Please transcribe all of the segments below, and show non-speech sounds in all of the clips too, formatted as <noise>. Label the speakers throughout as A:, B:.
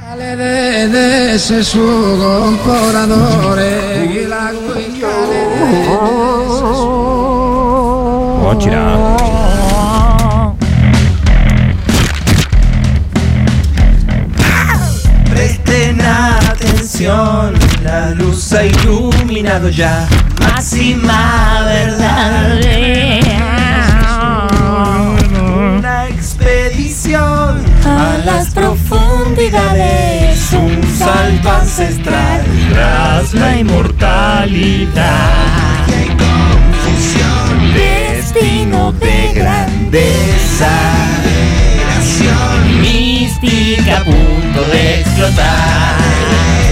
A: Sale de, de ese su comprador, y la guica de- de ese su-
B: Hola.
C: Presten atención, la luz ha iluminado ya. Máxima verdad. Una expedición a las profundidades. Un salto ancestral tras la inmortalidad. Y hay confusión, destino de grandeza. Relación mística, punto de explotar.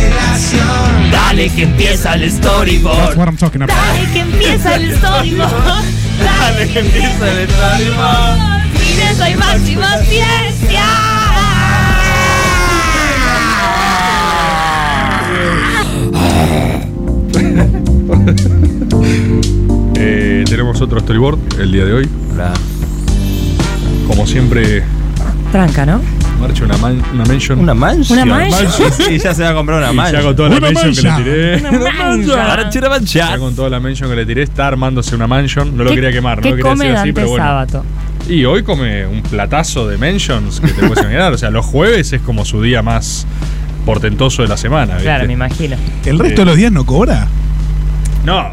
C: Relación, dale que empieza el
D: That's
C: storyboard.
D: what I'm talking about.
E: Dale que empieza el storyboard.
C: Dale que empieza el storyboard.
E: Mire, soy Máximo Ciencia.
B: Eh, tenemos otro storyboard el día de hoy. Como siempre,
F: Tranca, ¿no?
B: marcha una, man- una mention.
C: ¿Una mancha?
F: ¿Una mancha?
C: Sí, ya se va a comprar una
B: Y
C: mancha.
B: ya con toda la
D: Una
B: mention
D: mancha.
B: que le tiré.
F: Una
C: Ahora
F: mancha.
C: tira mancha.
B: Ya con toda la mention que le tiré, está armándose una mansion. No lo quería quemar, no
F: ¿Qué
B: lo quería
F: come
B: decir así,
F: Dante
B: pero bueno.
F: Sábato?
B: Y hoy come un platazo de mentions que te puedes imaginar. O sea, los jueves es como su día más portentoso de la semana. ¿viste?
F: Claro, me imagino.
D: ¿El
B: Eh,
D: resto de los días no cobra?
B: No,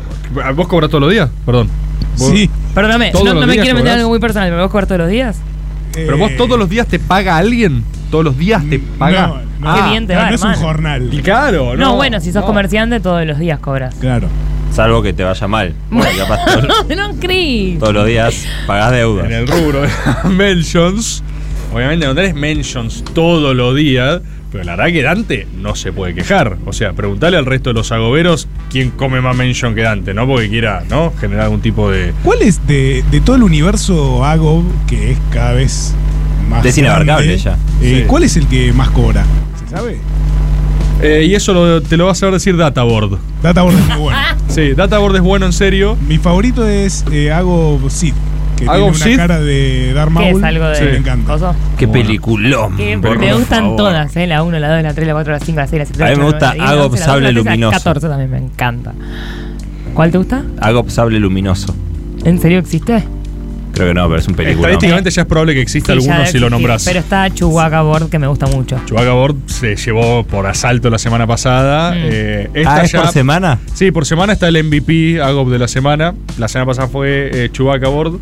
B: ¿vos cobras todos los días? Perdón. ¿Vos-
D: Sí.
F: Perdóname,
B: Todos
F: no,
B: los
F: no me
B: días
F: quiero meter
B: cobrás.
F: en algo muy personal. ¿Me voy a jugar todos los días?
B: ¿Pero
D: Eh,
B: vos todos los días te paga alguien? ¿Todos los días te paga?
D: Mm,
B: Ah,
D: No, no.
F: Qué bien te
D: No,
F: va,
D: no es un
F: hermano.
B: Y
D: jornal.
B: claro,
F: No,
B: no.
F: bueno, si sos
B: no.
F: comerciante, todos los días cobras.
D: Claro.
C: Salvo que te vaya mal. Porque capaz todo-
F: <laughs> no, Cris.
C: todos los días pagás
B: En
C: deudas.
B: el rubro <laughs> de mentions, obviamente no tenés mentions todos los días, pero la verdad que Dante no se puede quejar. O sea, preguntale al resto de los agoberos quién come más mention que Dante, ¿no? Porque quiera, ¿no? Generar algún tipo de.
D: ¿Cuál es de, de todo el universo Agob, que es cada vez más.
C: Es inabarcable
D: grande,
C: ya.
D: eh,
B: Sí.
D: ¿Cuál es el que más cobra? ¿Se sabe?
B: Eh, y eso lo- te lo va a saber decir Databoard.
D: Databoard es
F: <laughs>
D: muy bueno.
B: Sí, Databoard es bueno en serio.
D: Mi favorito es eh, Agob Sid, que tiene
B: Agob
D: una
B: Sid.
D: cara de Darth
F: ¿Qué
D: Maul.
F: es algo de.?
D: Sí, me encanta.
F: coso?
C: Qué
B: Bueno.
C: peliculón.
F: Que
C: por
F: me gustan
C: favor.
F: todas, ¿eh? La 1, la 2, la 3, la 4, la 5, la 6, la 7, la
C: A mí
F: 8,
C: me gusta Hago Sable Luminoso.
F: 14 también me encanta. ¿Cuál te gusta?
C: Hago sable luminoso.
F: ¿En serio existe?
C: Creo que no, pero es un peliculón.
B: Estadísticamente ya es probable que exista
F: Sí, ya
B: alguno
F: debe
B: si lo
F: existir,
B: nombrás.
F: Pero está Chewbacca Board, que me gusta mucho.
B: Chewbacca Board se llevó por asalto la semana pasada.
F: Mm.
B: Eh, esta
C: Ah, ¿es
B: ya-
C: por semana?
B: Sí, por semana está el MVP Agop de la semana. La semana pasada fue eh, Chewbacca Board.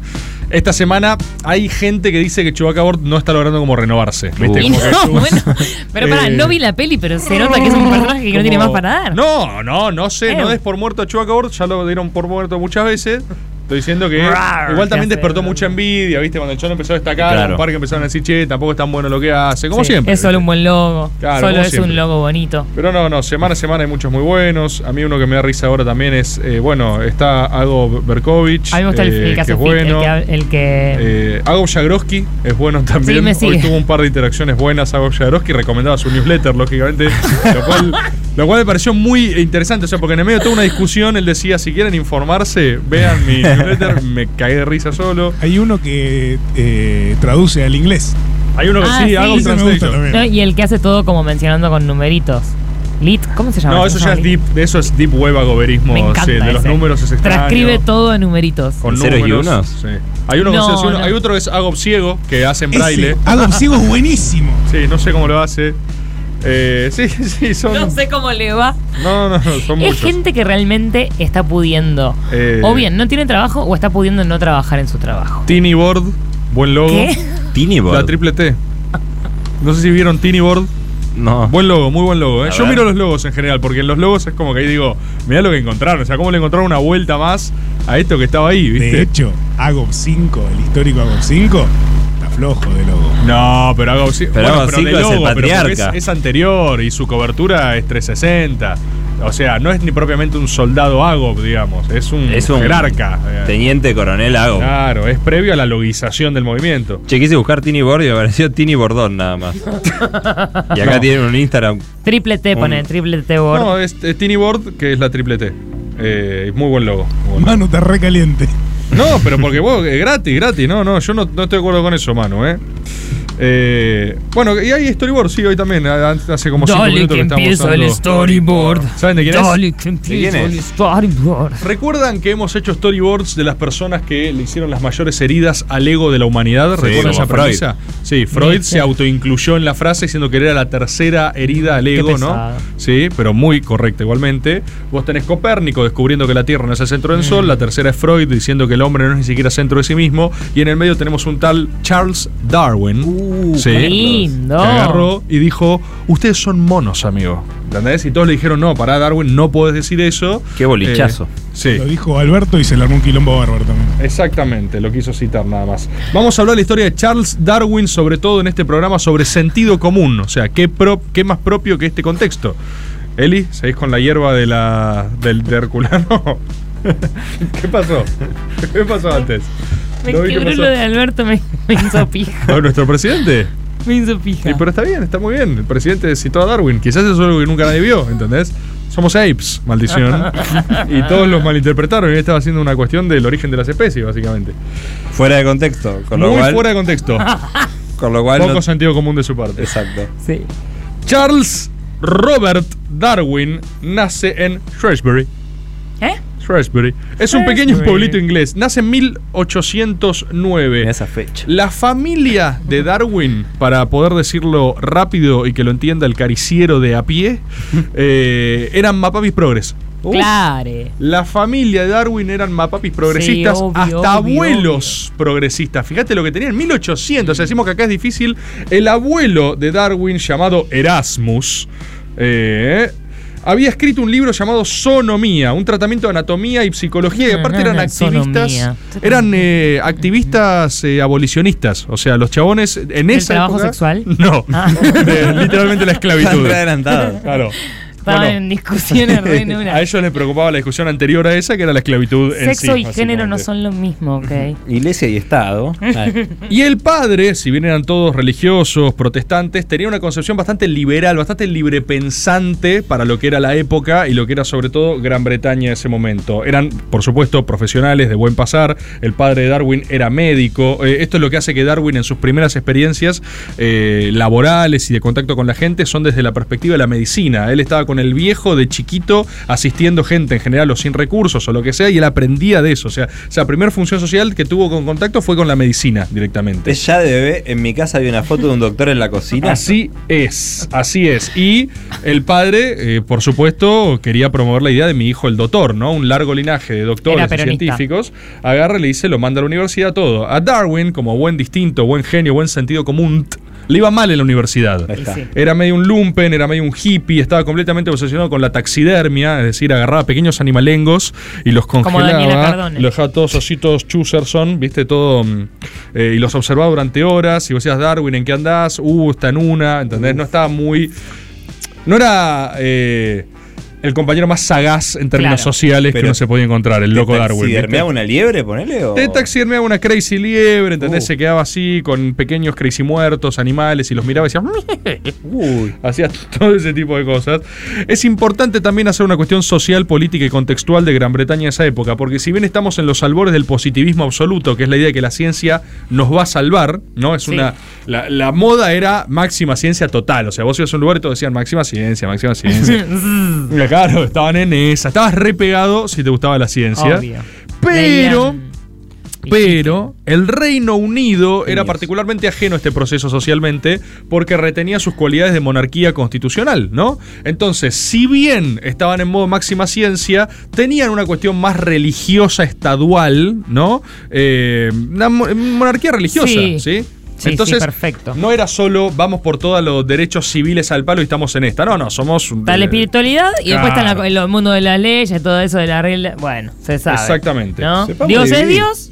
B: Esta semana hay gente que dice que Chewbacca Board no está logrando como renovarse. ¿viste?
C: Uh.
F: Y
B: Como
F: <laughs>
B: que
F: no,
B: Chewbacca-
F: bueno. Pero pará,
B: Eh,
F: no vi la peli, pero se nota que es un personaje que no tiene más
B: como-
F: para dar.
B: No, no, no sé.
F: Eh.
B: No des por muerto a Chewbacca Board. Ya lo dieron por muerto muchas veces. Estoy diciendo que
F: Rar,
B: igual también
F: ya sé,
B: despertó
F: rar.
B: mucha envidia, ¿viste? Cuando el chon empezó a destacar,
C: Claro.
B: un par que empezaron a decir, che, tampoco es tan bueno lo que hace. Como
F: Sí,
B: siempre.
F: Es solo
B: ¿viste?
F: un buen logo.
B: Claro,
F: solo
B: como
F: es
B: siempre.
F: un logo bonito.
B: Pero no, no, semana a semana hay muchos muy buenos. A mí uno que me da risa ahora también es, eh, bueno, está Ago Berkovich.
F: A mí me gusta el,
B: eh,
F: el
B: que
F: caso
B: es
F: Fit, el
B: bueno.
F: que hab- el que.
B: Eh, Ago Jagroski es bueno también.
F: Sí, me sigue.
B: Hoy tuvo un par de interacciones buenas. Ago Jagroski recomendaba su newsletter, lógicamente. lo,
F: <laughs>
B: cual, lo cual me pareció muy interesante. O sea, porque en el medio de toda una discusión él decía: si quieren informarse, vean
F: <laughs>
B: mi newsletter. Me caí de risa solo.
D: Hay uno que eh, traduce al inglés.
B: Hay uno que
F: Ah,
B: sí,
F: sí.
B: Ago
D: Ese me gusta
B: Translation.
D: también.
F: no, y el que hace todo como mencionando con numeritos. Lit, ¿cómo se llama?
B: No, eso
F: ¿Se
B: ya
F: llama
B: es
F: Lit?
B: deep, eso es deep web agoberismo.
F: Ah, Me encanta
B: sí, de los
F: ese.
B: números es extraño.
F: Transcribe todo en numeritos.
B: Con
C: ¿Ceros y
B: números,
C: unos?
B: Sí. Hay uno con
F: No,
B: ceros y unos.
F: no.
B: Hay otro que es Agob Ciego, que hace en braille.
D: Ese Agob Ciego es buenísimo.
B: Sí, no sé cómo lo hace. Eh, sí, <laughs> sí, son.
F: No sé cómo le va.
B: No, no, no, son
F: Es
B: muchos.
F: gente que realmente está pudiendo.
B: Eh,
F: O bien, no tiene trabajo o está pudiendo no trabajar en su trabajo.
B: Tiny Board, buen logo.
F: ¿Qué?
C: Tini,
B: La
C: boludo.
B: triple T. No sé si vieron Tiny Board.
C: No.
B: Buen logo, muy buen logo. ¿eh?
C: La
B: Yo
C: verdad.
B: miro los logos en general, porque en los logos es como que ahí digo, mirá lo que encontraron. O sea, cómo le encontraron una vuelta más a esto que estaba ahí,
D: De
B: ¿viste?
D: hecho, Agob 5, el histórico Agob 5, está flojo de logo.
B: No, pero hago sí-
C: Pero hago
B: de
C: cinco es el
B: pero porque es,
C: patriarca.
B: es anterior y su cobertura es 360. O sea, no es ni propiamente un soldado Agop, digamos. Es un,
C: Es un
B: jerarca. eh. Ah.
C: Teniente coronel hago.
B: Claro, es previo a la logización del movimiento.
C: Che, quise buscar Tini Bord y me apareció Tini Bordón nada más. y acá
B: No.
C: tienen un Instagram.
F: Triple T,
C: Un-
F: pone, triple T board.
B: No, es, es Tiny Board, que es la triple T. Eh, muy buen logo. muy buen logo.
D: Manu está recaliente.
B: No, pero porque vos, eh, gratis, gratis. No, no, yo no, no estoy de acuerdo con eso, Manu, ¿eh? Eh, bueno, y hay storyboard, sí, hoy también. a- Hace como 5
F: Dale
B: minutos
F: que
B: que estamos
F: empieza
B: usando.
F: el storyboard.
B: ¿Saben de quién es?
F: Dale que empieza
C: quién
F: el
C: es?
F: storyboard.
B: ¿Recuerdan que hemos hecho storyboards de las personas que le hicieron las mayores heridas al ego de la humanidad?
C: Sí,
B: ¿Recuerdan
C: como
B: esa
C: Freud.
B: premisa? Sí, Freud
F: Sí.
B: se autoincluyó en la frase diciendo que era la tercera herida al ego, ¿no?
F: pesado.
B: Sí, pero muy correcta igualmente. Vos tenés Copérnico descubriendo que la Tierra no es el centro
F: Mm.
B: del Sol, la tercera es Freud diciendo que el hombre no es ni siquiera centro de sí mismo, y en el medio tenemos un tal Charles Darwin. sí.
F: qué lindo.
B: Que agarró y dijo, ustedes son monos, amigo. ¿Entendés? Y todos le dijeron, no, pará, Darwin, no podés decir eso.
C: Qué bolichazo.
B: Eh, sí.
D: Lo dijo Alberto y se le armó un quilombo bárbaro también.
B: Exactamente, lo quiso citar nada más. Vamos a hablar de la historia de Charles Darwin, sobre todo en este programa sobre sentido común. O sea, ¿qué, pro- qué más propio que este contexto? Eli, ¿seguís con la hierba de la, del de Herculano? <laughs> ¿Qué pasó? ¿Qué pasó antes?
F: Me
B: No vi qué
F: quebró
B: pasó.
F: lo de Alberto, me, me hizo pija.
B: <laughs> ¿A nuestro presidente?
F: Me hizo pija.
B: Y pero está bien, está muy bien. El presidente citó a Darwin. Quizás eso es algo que nunca nadie vio, ¿entendés? Somos apes, maldición. Y todos los malinterpretaron. Y estaba haciendo una cuestión del origen de las especies, básicamente.
C: Fuera de contexto. Con lo
B: Muy
C: cual.
B: fuera de
C: <laughs>
B: contexto.
C: Con lo cual.
B: Poco
C: no-
B: sentido común de su parte. <laughs>
C: Exacto.
F: Sí.
B: Charles Robert Darwin nace en Shrewsbury.
F: ¿Eh?
B: Shrewsbury. Es un pequeño
F: Shrewsbury.
B: pueblito inglés. Nace en 1809.
C: En esa fecha.
B: La familia de Darwin, para poder decirlo rápido y que lo entienda el cariciero de a pie, <laughs> eh, eran Mapapis Progres.
F: Claro.
B: La familia de Darwin eran mapapis progresistas,
F: Sí, obvio,
B: hasta
F: obvio,
B: abuelos progresistas. Fíjate lo que tenían, 1800. O sea, decimos que acá es difícil. El abuelo de Darwin, llamado Erasmus, eh, había escrito un libro llamado Sonomía, un tratamiento de anatomía y psicología. Y
F: No,
B: aparte
F: no,
B: eran
F: no,
B: activistas,
F: sonomía.
B: eran eh, activistas eh, abolicionistas. O sea, los chabones en
F: ¿Del
B: esa
F: trabajo
B: época-
F: sexual?
B: <laughs> No,
F: Ah.
B: De- literalmente la
C: Están
B: esclavitud.
C: re adelantados.
B: Claro.
F: Estaban
B: Bueno.
F: en discusiones re
B: <laughs>
F: en una.
B: A ellos les preocupaba la discusión anterior a esa, que era la esclavitud en sí.
F: Sexo y género no
B: básicamente.
F: son lo mismo, <laughs> ¿ok?
C: Iglesia
B: <laughs>
C: y Estado. Ah,
B: Y el padre, si bien eran todos religiosos, protestantes, tenía una concepción bastante liberal, bastante librepensante para lo que era la época y lo que era sobre todo Gran Bretaña en ese momento. Eran, por supuesto, profesionales de buen pasar. El padre de Darwin era médico. Eh, esto es lo que hace que Darwin en sus primeras experiencias eh, laborales y de contacto con la gente son desde la perspectiva de la medicina. Él estaba con el viejo de chiquito asistiendo gente en general o sin recursos o lo que sea y él aprendía de eso. O sea, la primera función social que tuvo con contacto fue con la medicina directamente.
C: Entonces, ya de bebé, en mi casa había una foto de un doctor en la cocina.
B: Así es, así es. Y el padre, eh, por supuesto, quería promover la idea de mi hijo el doctor, ¿no? Un largo linaje de doctores
F: Era
B: y
F: peronista.
B: científicos. Agarra, le dice, lo manda a la universidad, todo. A Darwin, como buen distinto, buen genio, buen sentido común, t- le iba mal en la universidad.
C: Ahí
F: Y
C: está.
F: sí.
B: Era medio un lumpen, era medio un hippie, estaba completamente obsesionado con la taxidermia, es decir, agarraba pequeños animalengos y los
F: Daniela
B: congelaba,
F: Cardone.
B: los dejaba todos así, todos Chuserson, viste, todo. mm, eh, y los observaba durante horas. Y vos decías, Darwin, ¿en qué andás? Uh, está en una, ¿entendés? No estaba muy. No era. eh, el compañero más sagaz en términos
F: Claro.
B: sociales que
C: Pero
B: uno se podía encontrar, el loco Darwin. ¿viste?
C: ¿Sidermeaba una liebre, ponele? O...
B: Te taxidermeaba una crazy liebre, ¿entendés?
C: Uh.
B: Se quedaba así con pequeños crazy muertos, animales, y los miraba y decía,
C: Uy.
B: Hacía todo ese tipo de cosas. Es importante también hacer una cuestión social, política y contextual de Gran Bretaña en esa época, porque si bien estamos en los albores del positivismo absoluto, que es la idea de que la ciencia nos va a salvar, ¿no? Es
F: Sí.
B: una. La, la moda era máxima ciencia total. O sea, vos ibas a un lugar y todos decían máxima ciencia, máxima
F: <laughs>
B: ciencia. claro, estaban en esa. Estabas re pegado si te gustaba la ciencia.
F: Obvio.
B: Pero.
F: Leían-
B: Pero el Reino Unido era particularmente ajeno a este proceso socialmente porque retenía sus cualidades de monarquía constitucional, ¿no? Entonces, si bien estaban en modo máxima ciencia, tenían una cuestión más religiosa estadual, ¿no? Eh, una mo- monarquía religiosa, ¿sí?
F: Sí. Sí, sí, perfecto.
B: no era solo vamos por todos los derechos civiles al palo y estamos en esta. No, no, somos. un
F: Está la espiritualidad y después está
B: Claro.
F: la- el mundo de las leyes, todo eso de la regla. Bueno, se sabe.
B: Exactamente.
F: ¿no?
C: Sepamos
F: Dios es
C: dividir.
F: Dios.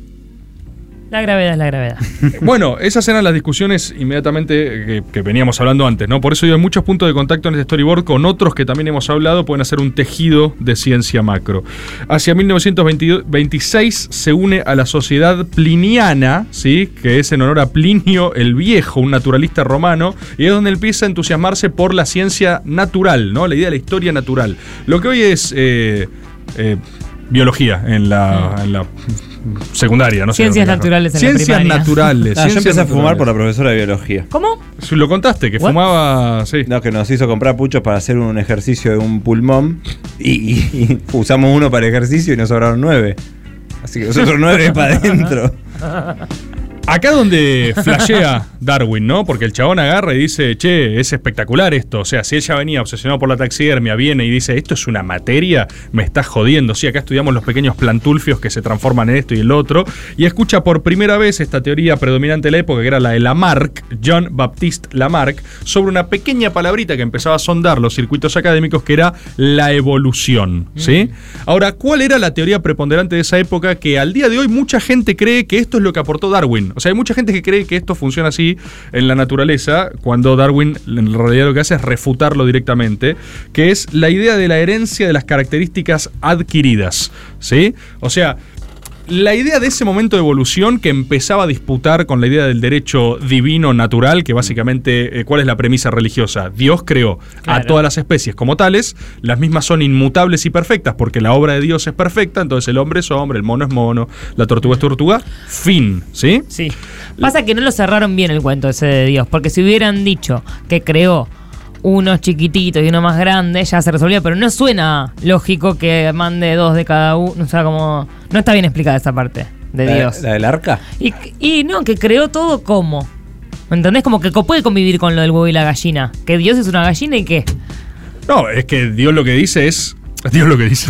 F: La gravedad es la gravedad.
B: Bueno, esas eran las discusiones inmediatamente que, que veníamos hablando antes, ¿no? Por eso digo, hay muchos puntos de contacto en este storyboard con otros que también hemos hablado, pueden hacer un tejido de ciencia macro. Hacia 1926 se une a la sociedad pliniana, ¿sí? Que es en honor a Plinio el Viejo, un naturalista romano, y es donde empieza a entusiasmarse por la ciencia natural, ¿no? La idea de la historia natural. Lo que hoy es... eh, eh, biología en la, en la secundaria, no sé.
F: Mm. Ciencias
B: lo que carajo.
F: naturales en la
B: Ciencias
F: primaria.
B: naturales.
G: Ah, yo
B: ciencias
G: empecé a fumar
B: naturales.
G: por la profesora de biología.
F: ¿Cómo?
B: Lo contaste, que
F: What?
B: fumaba. Sí.
G: No, que nos hizo comprar puchos para hacer un ejercicio de un pulmón y, y- y usamos uno para el ejercicio y nos sobraron nueve. Así que nosotros nueve
F: <laughs>
G: para adentro.
B: Acá
G: <laughs>
B: donde flashea Darwin, ¿no? Porque el chabón agarra y dice, che, es espectacular esto. O sea, si ella venía obsesionada por la taxidermia, viene y dice, esto es una materia, me estás jodiendo. Sí, acá estudiamos los pequeños plantulfios que se transforman en esto y el otro. Y escucha por primera vez esta teoría predominante de la época, que era la de Lamarck, John Baptiste Lamarck, sobre una pequeña palabrita que empezaba a sondar los circuitos académicos, que era la evolución, ¿sí? Ahora, ¿cuál era la teoría preponderante de esa época que al día de hoy mucha gente cree que esto es lo que aportó Darwin? O sea, hay mucha gente que cree que esto funciona así en la naturaleza, cuando Darwin en realidad lo que hace es refutarlo directamente, que es la idea de la herencia de las características adquiridas, ¿sí? O sea, la idea de ese momento de evolución que empezaba a disputar con la idea del derecho divino natural, que básicamente, eh, ¿cuál es la premisa religiosa? Dios creó a
F: Claro.
B: todas las especies como tales, las mismas son inmutables y perfectas, porque la obra de Dios es perfecta, entonces el hombre es hombre, el mono es mono, la tortuga es tortuga, fin, ¿sí?
F: Sí. Pasa que no lo cerraron bien el cuento ese de Dios, porque si hubieran dicho que creó unos chiquititos y uno más grande, ya se resolvía, pero no suena lógico que mande dos de cada uno, o sea, como... No está bien explicada esa parte de
G: ¿La-
F: Dios.
G: ¿La, del arca?
F: Y, y no, que creó todo como. ¿Me entendés? Como que co- puede convivir con lo del huevo y la gallina. Que Dios es una gallina y qué.
B: No, es que Dios lo que dice es... Dios lo que dice.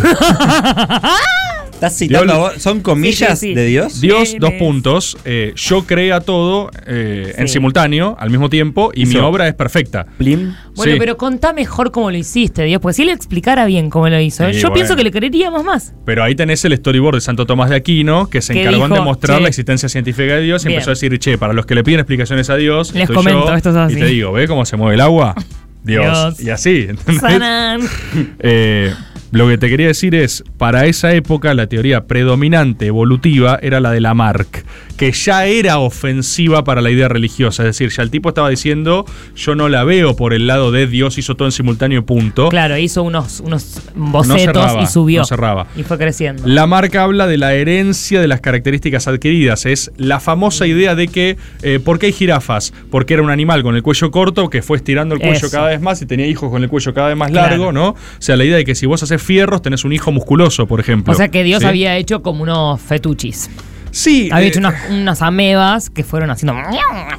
G: ¿Estás citando
B: Dios-
G: a vos? ¿Son comillas
F: <laughs> Ah, Sí, sí, sí.
G: de Dios?
B: Dios, dos
F: Eres-
B: puntos. eh, yo crea todo eh, en
F: Sí.
B: simultáneo, al mismo tiempo, y mi
G: Eso.
B: obra es perfecta.
G: Plim.
F: Bueno,
B: Sí.
F: pero contá mejor cómo lo hiciste, Dios. Porque si él explicara bien cómo lo hizo,
B: Sí,
F: yo
B: bueno.
F: pienso que le quereríamos más.
B: <laughs> Pero ahí tenés el storyboard de Santo Tomás de Aquino, que se
F: Que
B: encargó
F: dijo,
B: en demostrar
F: "Che".
B: la existencia científica de Dios y
F: Bien.
B: empezó a decir, che, para los que le piden explicaciones a Dios,
F: Les
B: estoy
F: comento,
B: yo",
F: esto es así.
B: Y te digo, ¿ve cómo se mueve el agua? Dios.
F: Dios.
B: Y así. ¿entendés?
F: Sanan.
B: <laughs> Eh, lo que te quería decir es, para esa época la teoría predominante evolutiva era la de Lamarck, que ya era ofensiva para la idea religiosa. Es decir, ya el tipo estaba diciendo, yo no la veo por el lado de Dios hizo todo en simultáneo y punto.
F: Claro, hizo unos, unos bocetos
B: Oh. cerraba,
F: y subió.
B: no cerraba.
F: Y fue creciendo.
B: La marca habla de la herencia de las características adquiridas. Es la famosa idea de que, eh, ¿por qué hay jirafas? Porque era un animal con el cuello corto que fue estirando el cuello
F: Eso.
B: cada vez más y tenía hijos con el cuello cada vez más
F: Claro.
B: largo, ¿no? O sea, la idea de que si vos haces fierros tenés un hijo musculoso, por ejemplo.
F: o sea que Dios
B: ¿Sí?
F: había hecho como unos fetuchis.
B: Sí,
F: Había
B: eh,
F: hecho unas, unas amebas que fueron haciendo.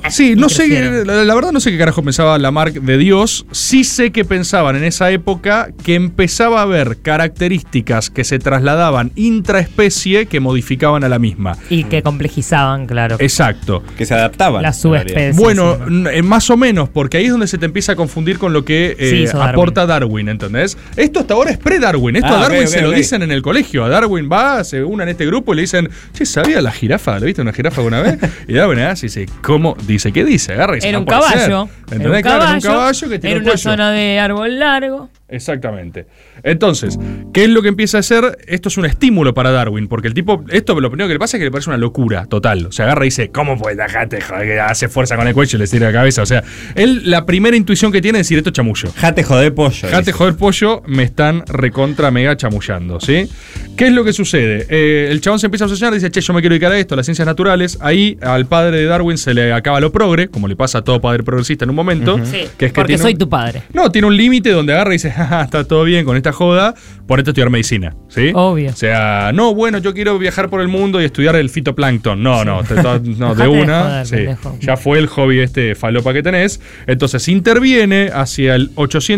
B: Sí,
F: y
B: no sé,
F: crecieron.
B: la, la verdad no sé qué carajo pensaba Lamarck de Dios. Sí sé que pensaban en esa época que empezaba a haber características que se trasladaban intraespecie que modificaban a la misma.
F: Y que complejizaban, claro.
B: Exacto.
G: Que se adaptaban.
F: la subespecie.
B: Bueno,
F: sí.
B: n- eh, más o menos, porque ahí es donde se te empieza a confundir con lo que eh,
F: Sí, hizo Darwin.
B: aporta Darwin, ¿entendés? Esto hasta ahora es pre-Darwin. Esto
G: Ah,
B: a Darwin
G: ok, ok,
B: se lo
G: ok.
B: dicen en el colegio. A Darwin va, se unen a este grupo y le dicen, che, ¿sabía la jirafa? ¿Lo viste una jirafa alguna vez? Y Darwin ah, sí, dice, ¿cómo? Dice, ¿qué dice? Agarra y dice,
F: Era
B: "No
F: un
B: puede ser".
F: caballo. Era un
B: ¿Entendés? Claro, era un caballo que tiene
F: Era
B: un
F: una
B: cuello.
F: zona de árbol largo.
B: Exactamente. Entonces, ¿qué es lo que empieza a hacer? Esto es un estímulo para Darwin, porque el tipo, esto lo primero que le pasa es que le parece una locura total. Se agarra y dice, ¿cómo puede dejarte? Joder, que hace fuerza con el cuello y le tira la cabeza. O sea, él, la primera intuición que tiene es decir, esto es chamullo.
G: Jate joder pollo.
B: Dejate
G: dice.
B: joder pollo, me están recontra mega chamullando, ¿sí? ¿Qué es lo que sucede? Eh, el chabón se empieza a obsesionar, dice, che, yo me quiero dedicar a esto, a las ciencias naturales. Ahí al padre de Darwin se le acaba lo progre, como le pasa a todo padre progresista en un momento.
F: Sí,
B: que es que
F: porque
B: tiene
F: soy
B: un-
F: tu padre.
B: no, tiene un límite donde agarra y dice, "Jaja, está todo bien con esta joda, ponete a estudiar medicina, ¿sí?
F: Obvio.
B: O sea, no, bueno, yo quiero viajar por el mundo y estudiar el fitoplancton. No, no, te-
F: <laughs>
B: to- no,
F: Dejate
B: de
F: de
B: una.
F: joder,
B: sí.
F: pendejo.
B: Ya fue el hobby este falopa que tenés. Entonces interviene hacia el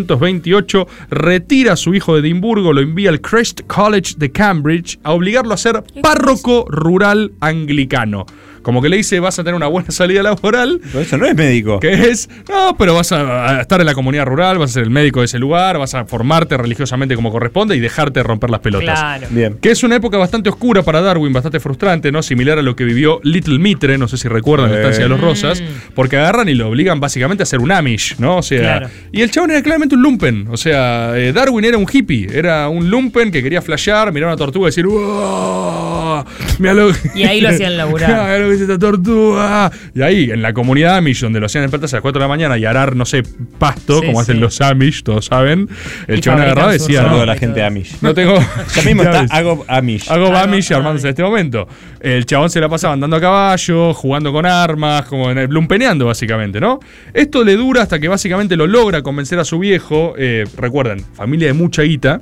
B: 828, retira a su hijo de Edimburgo, lo envía al Christ College de Cambridge a obligarlo a ser párroco rural anglicano. Como que le dice, vas a tener una buena salida laboral,
G: Pero eso no es médico.
B: que es, no, pero vas a, a estar en la comunidad rural, vas a ser el médico de ese lugar, vas a formarte religiosamente como corresponde y dejarte romper las pelotas.
F: Claro.
G: Bien.
B: Que es una época bastante oscura para Darwin, bastante frustrante, ¿no? Similar a lo que vivió Little Mitre, no sé si recuerdan la
G: Eh.
B: estancia de los Rosas, porque agarran y lo obligan básicamente a ser un Amish, ¿no? O sea,
F: Mm. Claro.
B: y el chabón era claramente un lumpen, o sea, eh, Darwin era un hippie, era un lumpen que quería flashear, mirar una tortuga y decir, "Uah, me alo-".
F: Y ahí lo hacían laburar.
B: <laughs> Claro, es esta tortuga? Y ahí, en la comunidad Amish, donde lo hacían despertarse a las 4 de la mañana y arar, no sé, pasto,
F: Sí,
B: como hacen
F: sí.
B: los Amish, todos saben, el
F: Y
B: chabón
F: fabrican
B: agarraba y
F: sus
B: decía,
F: Claro.
G: Saludo
B: no,
G: a la gente Amish.
B: no tengo...
G: Ya mismo
B: Ya
G: está
B: ves.
G: Hago Amish.
B: Hago
F: Hago
B: Bamish armándose en este momento. El chabón se la pasaba andando a caballo, jugando con armas, como en el- lumpeneando básicamente, ¿no? Esto le dura hasta que básicamente lo logra convencer a su viejo, eh, recuerden, familia de mucha guita,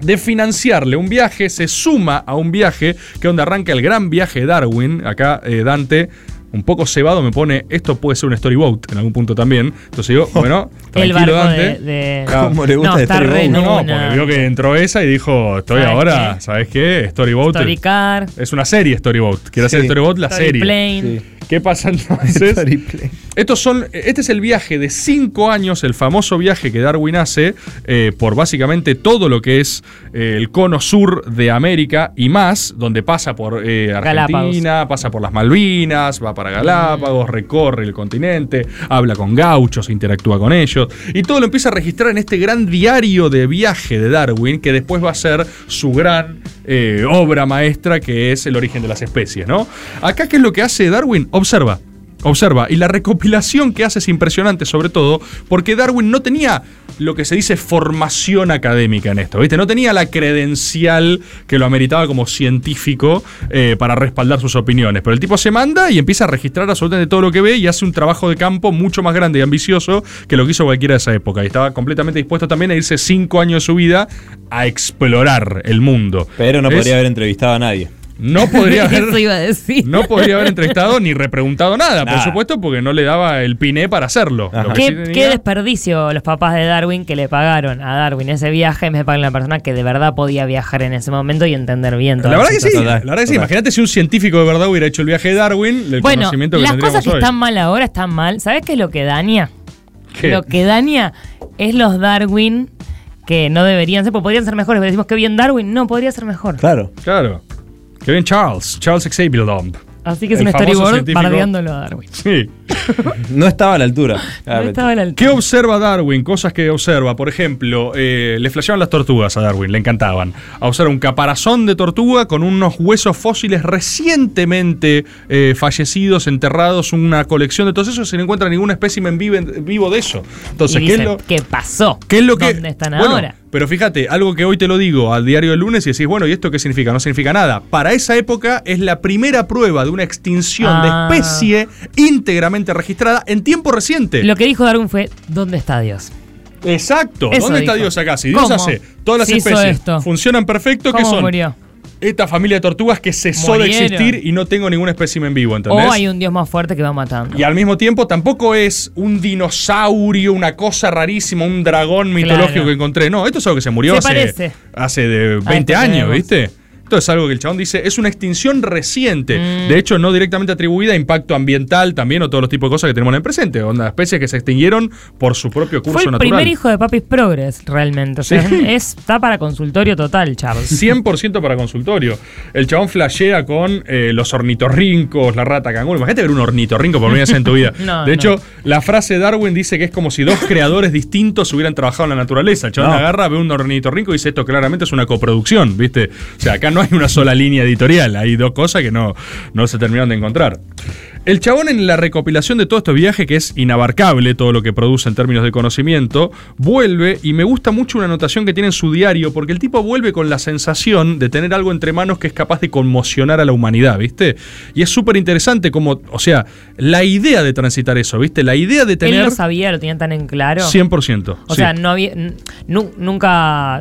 B: de financiarle un viaje, se suma a un viaje, que es donde arranca el gran viaje Darwin. Acá eh, Dante, un poco cebado, me pone, esto puede ser un storyboat en algún punto también. Entonces digo, bueno,
F: <laughs> El
B: tranquilo
F: barco
B: Dante.
F: de, de-
G: ¿Cómo le gusta este
F: No,
G: de
F: está
G: Storyboat?
F: re
B: No,
F: en
B: no,
F: una.
B: porque vio que entró esa y dijo, estoy
F: ¿Sabes
B: ahora,
F: qué?
B: ¿sabes qué? Storyboat.
F: Storycar,
B: Es una serie Storyboat. Quiere hacer
G: Sí.
B: Storyboat la serie.
F: Storyplane. <laughs>
G: Sí.
B: ¿Qué pasa entonces?
G: Storyplay.
B: Estos son, este es el viaje de cinco años, el famoso viaje que Darwin hace eh, por básicamente todo lo que es eh, el cono sur de América y más, donde pasa por eh, Argentina, pasa por las Malvinas, va para Galápagos, recorre el continente, habla con gauchos, interactúa con ellos y todo lo empieza a registrar en este gran diario de viaje de Darwin que después va a ser su gran eh, obra maestra que es el origen de las especies, ¿no? Acá, ¿qué es lo que hace Darwin? Observa. Observa, y la recopilación que hace es impresionante, sobre todo porque Darwin no tenía lo que se dice formación académica en esto, ¿viste? No tenía la credencial que lo ameritaba como científico eh, para respaldar sus opiniones. Pero el tipo se manda y empieza a registrar absolutamente todo lo que ve y hace un trabajo de campo mucho más grande y ambicioso que lo que hizo cualquiera de esa época. Y estaba completamente dispuesto también a irse cinco años de su vida a explorar el mundo.
G: Pero no
B: Es-
G: podría haber entrevistado a nadie.
B: No
G: <laughs>
B: podría haber.
F: Eso iba a decir.
B: <laughs> No podría haber entrevistado ni repreguntado nada, por
G: Nada.
B: supuesto, porque no le daba el piné para hacerlo.
G: Ajá.
B: Lo que sí
F: ¿Qué,
B: tenía-
F: qué desperdicio los papás de Darwin que le pagaron a Darwin ese viaje en vez de pagarle a una persona que de verdad podía viajar en ese momento y entender bien todo.
B: la verdad que sí,
G: Total,
B: la verdad que sí.
G: total.
B: Imagínate si un científico de verdad hubiera hecho el viaje de Darwin, el
F: Bueno,
B: conocimiento que
F: las
B: tendríamos
F: cosas que
B: hoy.
F: están mal ahora están mal. ¿Sabes qué es lo que daña?
B: ¿Qué?
F: Lo que daña es los Darwin que no deberían ser, porque podrían ser mejores. Pero decimos que bien Darwin, no, podría ser mejor.
G: Claro.
B: Claro. Qué bien Charles, Charles Xavier Lomb.
F: Así que es
B: El
F: un
B: famoso
F: storyboard
B: científico.
F: bardeándolo a Darwin.
G: Ah,
B: Sí.
G: No estaba a la altura.
F: <laughs> No estaba a la
B: ¿Qué
F: altura.
B: observa Darwin? Cosas que observa. Por ejemplo, eh, le flasheaban las tortugas a Darwin, le encantaban. Observa un caparazón de tortuga con unos huesos fósiles recientemente eh, fallecidos, enterrados, una colección de todos esos. Se no encuentra ningún espécimen vive- vivo de eso. Entonces,
F: Y
B: ¿qué es
F: dicen,
B: lo,
F: ¿qué pasó?
B: qué es lo que.
F: ¿Dónde están
B: Bueno,
F: ahora?
B: Pero fíjate, algo que hoy te lo digo al diario del lunes y decís, bueno, ¿y esto qué significa? No significa nada. Para esa época es la primera prueba de una extinción
F: Ah.
B: de especie íntegramente registrada en tiempo reciente.
F: Lo que dijo Darwin fue, ¿dónde está Dios?
B: Exacto.
F: Eso
B: ¿Dónde está
F: dijo.
B: Dios acá? Si Dios
F: ¿Cómo?
B: hace todas las
F: Si hizo
B: especies
F: esto.
B: funcionan perfecto, ¿qué
F: ¿Cómo
B: son?
F: murió?
B: Esta familia de tortugas que cesó de
F: Murieron.
B: existir y no tengo ningún espécimen vivo, ¿entendés?
F: O hay un Dios más fuerte que va matando.
B: Y al mismo tiempo tampoco es un dinosaurio, una cosa rarísima, un dragón mitológico que encontré. No, esto es algo que se murió
F: Se
B: hace,
F: parece.
B: hace de
F: A
B: 20
F: esto que
B: años,
F: vemos.
B: ¿viste? Esto es algo que el chabón dice, es una extinción reciente.
F: Mm.
B: De hecho, no directamente atribuida a impacto ambiental también o todos los tipos de cosas que tenemos en el presente. Onda, especies que se extinguieron por su propio curso
F: Fue el
B: natural.
F: primer hijo de Papis Progress, realmente. O sea,
B: Sí.
F: es- está para consultorio total, Charles.
B: 100% para consultorio. El chabón flashea con eh, los ornitorrincos, la rata canguro. Imagínate ver un ornitorrinco por primera vez en tu vida.
F: <laughs> No,
B: de
F: no.
B: hecho, la frase de Darwin dice que es como si dos creadores distintos hubieran trabajado en la naturaleza. El chabón
G: No.
B: agarra, ve un ornitorrinco y dice esto claramente es una coproducción, ¿viste? O sea, acá no hay una sola línea editorial, hay dos cosas que no, no se terminaron de encontrar. El chabón en la recopilación de todo este viaje, que es inabarcable todo lo que produce en términos de conocimiento, vuelve y me gusta mucho una anotación que tiene en su diario, porque el tipo vuelve con la sensación de tener algo entre manos que es capaz de conmocionar a la humanidad, ¿viste? Y es súper interesante como, o sea, la idea de transitar eso, ¿viste? La idea de
F: Él
B: tener
F: lo sabía, lo tenía tan en claro.
B: 100%.
F: o
B: sí.
F: sea, no había, n- nu- nunca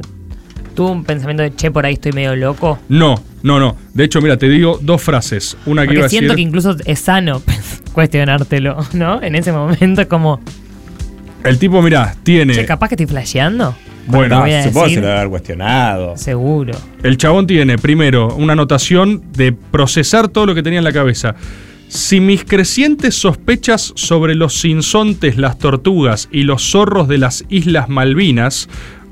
F: tuvo un pensamiento de, che, por ahí estoy medio loco.
B: no, no, no. De hecho, mira, te digo dos frases. Una que iba
F: Porque
B: a
F: siento
B: decir...
F: que incluso es sano <laughs> cuestionártelo, ¿no? En ese momento es como,
B: El tipo, mira, tiene...
F: che, capaz que estoy flasheando.
B: Bueno,
F: Voy a
G: supongo que
F: decir-
G: se lo haber cuestionado.
F: Seguro.
B: El chabón tiene, primero, una anotación de procesar todo lo que tenía en la cabeza. Si mis crecientes sospechas sobre los sinsontes, las tortugas y los zorros de las Islas Malvinas,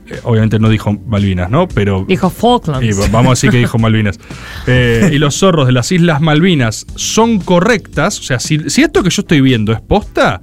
B: eh, obviamente no dijo Malvinas, ¿no? Pero
F: Dijo
B: y
F: Falklands.
B: <laughs> va- vamos a decir que dijo Malvinas. Eh, y los zorros de las Islas Malvinas son correctas. O sea, si, si esto que yo estoy viendo es posta,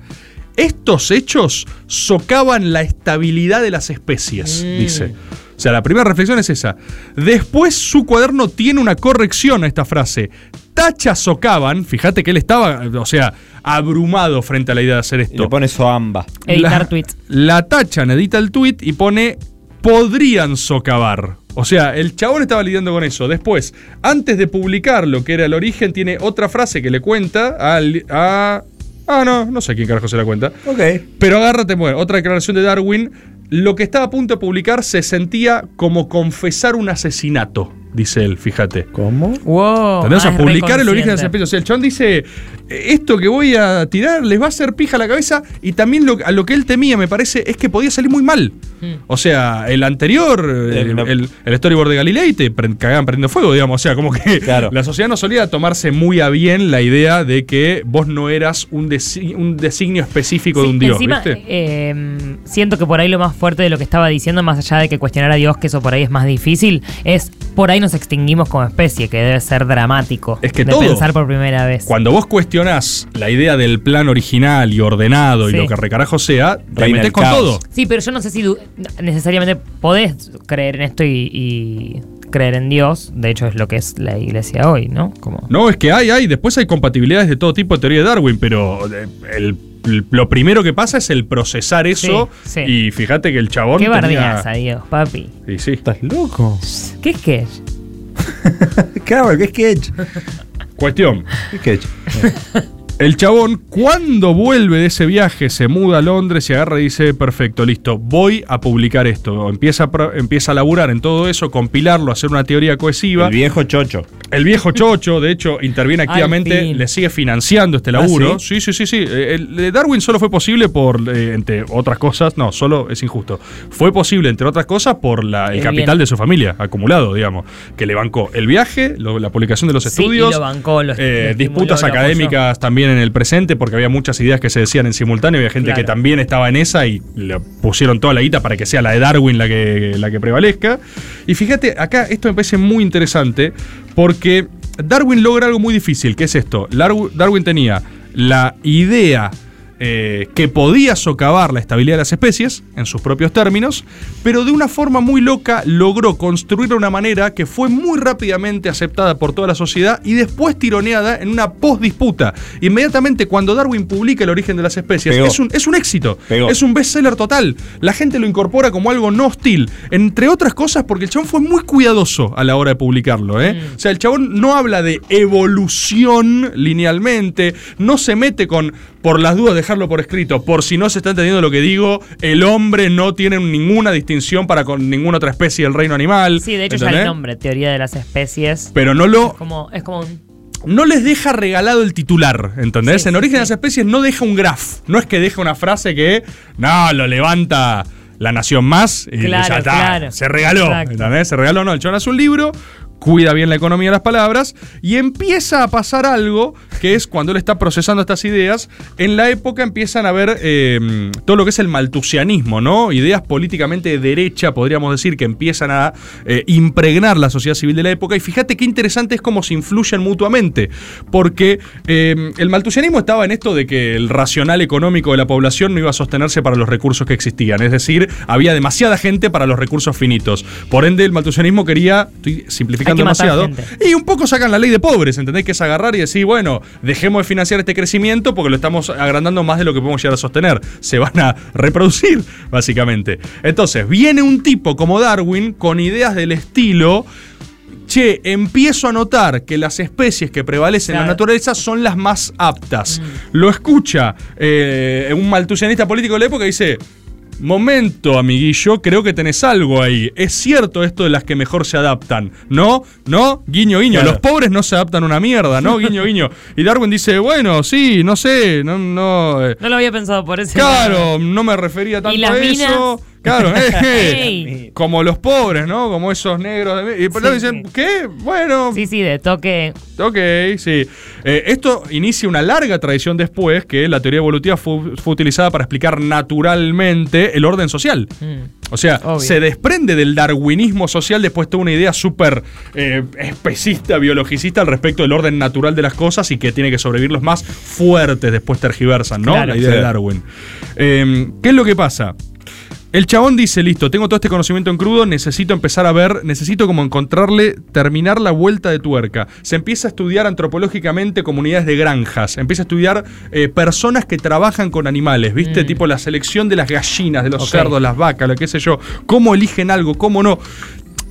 B: estos hechos socavan la estabilidad de las especies, dice. O sea, la primera reflexión es esa. Después su cuaderno tiene una corrección a esta frase. Tacha socavan, fíjate que él estaba, o sea, abrumado frente a la idea de hacer
G: Y
B: esto.
G: le pone soamba.
B: <laughs>
F: Editar
B: La-
F: tweets.
B: La tachan, edita el tweet y pone podrían socavar. O sea, el chabón estaba lidiando con eso. Después, antes de publicar lo que era el origen, tiene otra frase que le cuenta al- a... Ah, no, no sé quién carajo se la cuenta.
G: Ok.
B: Pero agárrate, bueno, otra declaración de Darwin. Lo que estaba a punto de publicar se sentía como confesar un asesinato, dice él, fíjate.
G: ¿Cómo?
F: Wow.
B: Tendrás a
F: ah, es
B: publicar el
F: reconsciente.
B: origen de esa especie. O sea, el chabón dice: Esto que voy a tirar les va a hacer pija a la cabeza. Y también lo, a lo que él temía, me parece, es que podía salir muy mal.
F: Mm.
B: O sea, el anterior, el,
G: Eh, no.
B: el- el storyboard de Galilei, te pre- cagaban prendiendo fuego, digamos. O sea, como que <laughs>
G: Claro.
B: la sociedad no solía tomarse muy a bien la idea de que vos no eras un, desi- un designio específico de
F: Sí,
B: un dios,
F: encima,
B: ¿viste?
F: eh, siento que por ahí lo más fuerte de lo que estaba diciendo, más allá de que cuestionar a Dios, que eso por ahí es más difícil, es por ahí nos extinguimos como especie, que debe ser dramático.
B: Es que
F: de
B: todo.
F: pensar por primera vez.
B: Cuando vos cuestionás la idea del plan original y ordenado y
F: Sí.
B: lo que recarajo sea, te
G: Reina
B: metés
G: el
B: con
G: caos.
B: todo.
F: Sí, pero yo no sé si du- necesariamente podés creer en esto y, y creer en Dios. De hecho, es lo que es la iglesia hoy, ¿no? Como
B: No, es que hay, hay. Después hay compatibilidades de todo tipo de teoría de Darwin, pero eh, el- el- lo primero que pasa es el procesar eso.
F: Sí, sí.
B: Y fíjate que el chabón.
F: ¿Qué
B: tenía-
F: bardeás a Dios, papi?
B: Y sí.
G: ¿Estás
B: <laughs>
G: loco?
F: ¿Qué es que es?
G: Claro, ¿qué <laughs> sketch?
B: Cuestión.
G: ¿Qué sketch?
B: El chabón, cuando vuelve de ese viaje, se muda a Londres y agarra y dice: Perfecto, listo, voy a publicar esto. Empieza a, pro- empieza a laburar en todo eso, compilarlo, hacer una teoría cohesiva.
G: El viejo chocho.
B: El viejo Chocho, de hecho, interviene
F: Al
B: activamente,
F: fin.
B: le sigue financiando este laburo.
G: ¿Ah,
B: sí? sí, sí, sí. Eh, El de Darwin solo fue posible por, eh, entre otras cosas, no, solo es injusto. Fue posible, entre otras cosas, por la, el
F: Qué
B: capital
F: bien.
B: de su familia acumulado, digamos, que le bancó el viaje, lo- la publicación de los
F: Sí,
B: estudios.
F: y lo bancó, lo est-
B: eh,
F: lo estimuló,
B: disputas
F: lo apoyó.
B: académicas también en el presente, porque había muchas ideas que se decían en simultáneo, había gente
F: Claro.
B: que también estaba en esa y le pusieron toda la guita para que sea la de Darwin la que, la que prevalezca. Y fíjate, acá esto me parece muy interesante, porque Darwin logra algo muy difícil, que es esto. Larw- Darwin tenía la idea eh, que podía socavar la estabilidad de las especies, en sus propios términos, pero de una forma muy loca logró construir una manera que fue muy rápidamente aceptada por toda la sociedad y después tironeada en una postdisputa. Inmediatamente cuando Darwin publica el origen de las especies,
G: Pegó.
B: es un, es un éxito,
G: Pegó.
B: es un bestseller total. La gente lo incorpora como algo no hostil, entre otras cosas porque el chabón fue muy cuidadoso a la hora de publicarlo. ¿eh?
F: Mm.
B: O sea, el chabón no habla de evolución linealmente, no se mete con, por las dudas, dejarlo por escrito, por si no se está entendiendo lo que digo, el hombre no tiene ninguna distinción para con ninguna otra especie del reino animal.
F: Sí, de hecho ya
B: ¿entendés?
F: el nombre, teoría de las especies.
B: Pero no lo,
F: es como, es como un.
B: no les deja regalado el titular, ¿entendés?
F: Sí,
B: en
F: sí,
B: Origen de las
F: sí.
B: Especies no deja un graf, no es que deja una frase que, no, lo levanta la nación más y
F: Claro,
B: ya está,
F: claro.
B: se regaló,
F: Exacto.
B: ¿entendés? Se regaló, no, el chabón hace un libro, cuida bien la economía de las palabras y empieza a pasar algo que es cuando él está procesando estas ideas, en la época empiezan a ver eh, todo lo que es el maltusianismo, ¿no? Ideas políticamente de derecha, podríamos decir, que empiezan a eh, impregnar la sociedad civil de la época y fíjate qué interesante es cómo se influyen mutuamente, porque eh, el maltusianismo estaba en esto de que el racional económico de la población no iba a sostenerse para los recursos que existían, es decir, había demasiada gente para los recursos finitos. Por ende, el maltusianismo quería, estoy simplificando
F: Hay que matar
B: demasiado,
F: gente.
B: y un poco sacan la ley de pobres, ¿entendés? Que es agarrar y decir, bueno, dejemos de financiar este crecimiento porque lo estamos agrandando más de lo que podemos llegar a sostener. Se van a reproducir, básicamente. Entonces, viene un tipo como Darwin con ideas del estilo. Che, empiezo a notar que las especies que prevalecen en la
F: Claro.
B: naturaleza son las más aptas. Lo escucha eh, un maltusianista político de la época y dice: Momento, amiguillo, creo que tenés algo ahí. Es cierto esto de las que mejor se adaptan. No, no, guiño, guiño.
G: Claro.
B: Los pobres no se adaptan a una mierda, ¿no? Guiño, guiño. Y Darwin dice, bueno, sí, no sé, no, no. eh,
F: No lo había pensado por ese. lado.
B: claro, no me refería tanto
F: ¿Y las
B: a eso.
F: minas? <laughs>
B: Claro, eh, eh.
F: Ey.
B: como los pobres, ¿no? Como esos negros. de- Y por
F: Sí,
B: ahí dicen,
F: sí.
B: ¿qué? Bueno,
F: Sí, sí, de toque.
B: Ok, sí. Eh, esto inicia una larga tradición después que la teoría evolutiva fu- fue utilizada para explicar naturalmente el orden social.
F: Mm.
B: O sea,
F: Obvio.
B: se desprende del darwinismo social después toda una idea súper eh, especista, biologicista al respecto del orden natural de las cosas y que tiene que sobrevivir los más fuertes después tergiversan, ¿no?
F: Claro.
B: la idea Em,
G: Sí.
B: de Darwin. Eh, ¿Qué es lo que pasa? El chabón dice, listo, tengo todo este conocimiento en crudo, necesito empezar a ver, necesito como encontrarle, terminar la vuelta de tuerca. Se empieza a estudiar antropológicamente comunidades de granjas, empieza a estudiar eh, personas que trabajan con animales, ¿viste? Tipo la selección de las gallinas, de los
F: Ok.
B: cerdos, las vacas, lo que sé yo, cómo eligen algo, cómo no.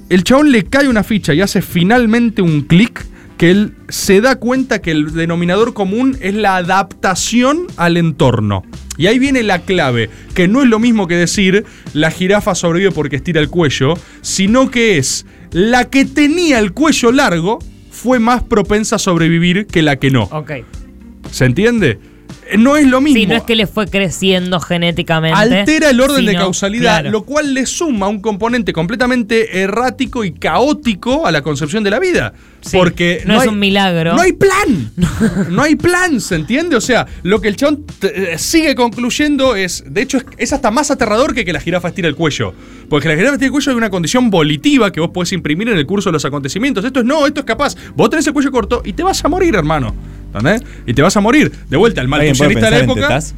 B: El chabón le cae una ficha y hace finalmente un clic que él se da cuenta que el denominador común es la adaptación al entorno. Y ahí viene la clave, que no es lo mismo que decir la jirafa sobrevive porque estira el cuello, sino que es la que tenía el cuello largo fue más propensa a sobrevivir que la que no.
F: Ok.
B: ¿Se entiende? Eh, No es lo mismo.
F: Sí, no es que le fue creciendo genéticamente.
B: Altera el orden de
F: sino-
B: causalidad,
F: claro.
B: lo cual le suma un componente completamente errático y caótico a la concepción de la vida.
F: Sí,
B: Porque
F: no es un milagro.
B: No hay
F: <laughs>
B: plan. No hay plan, ¿se entiende? O sea, lo que el chon t- eh, sigue concluyendo es, de hecho, es, es hasta más aterrador que que la jirafa estira el cuello. Porque la jirafa estira el cuello es una condición volitiva que vos podés imprimir en el curso de los acontecimientos. Esto es no, esto es capaz. Vos tenés el cuello corto y te vas a morir, hermano. ¿Entendés? Y te vas a morir. De vuelta, el
G: ¿Alguien puede
B: malfuncionista de
G: pensar
B: la
G: en
B: época.
G: tetas?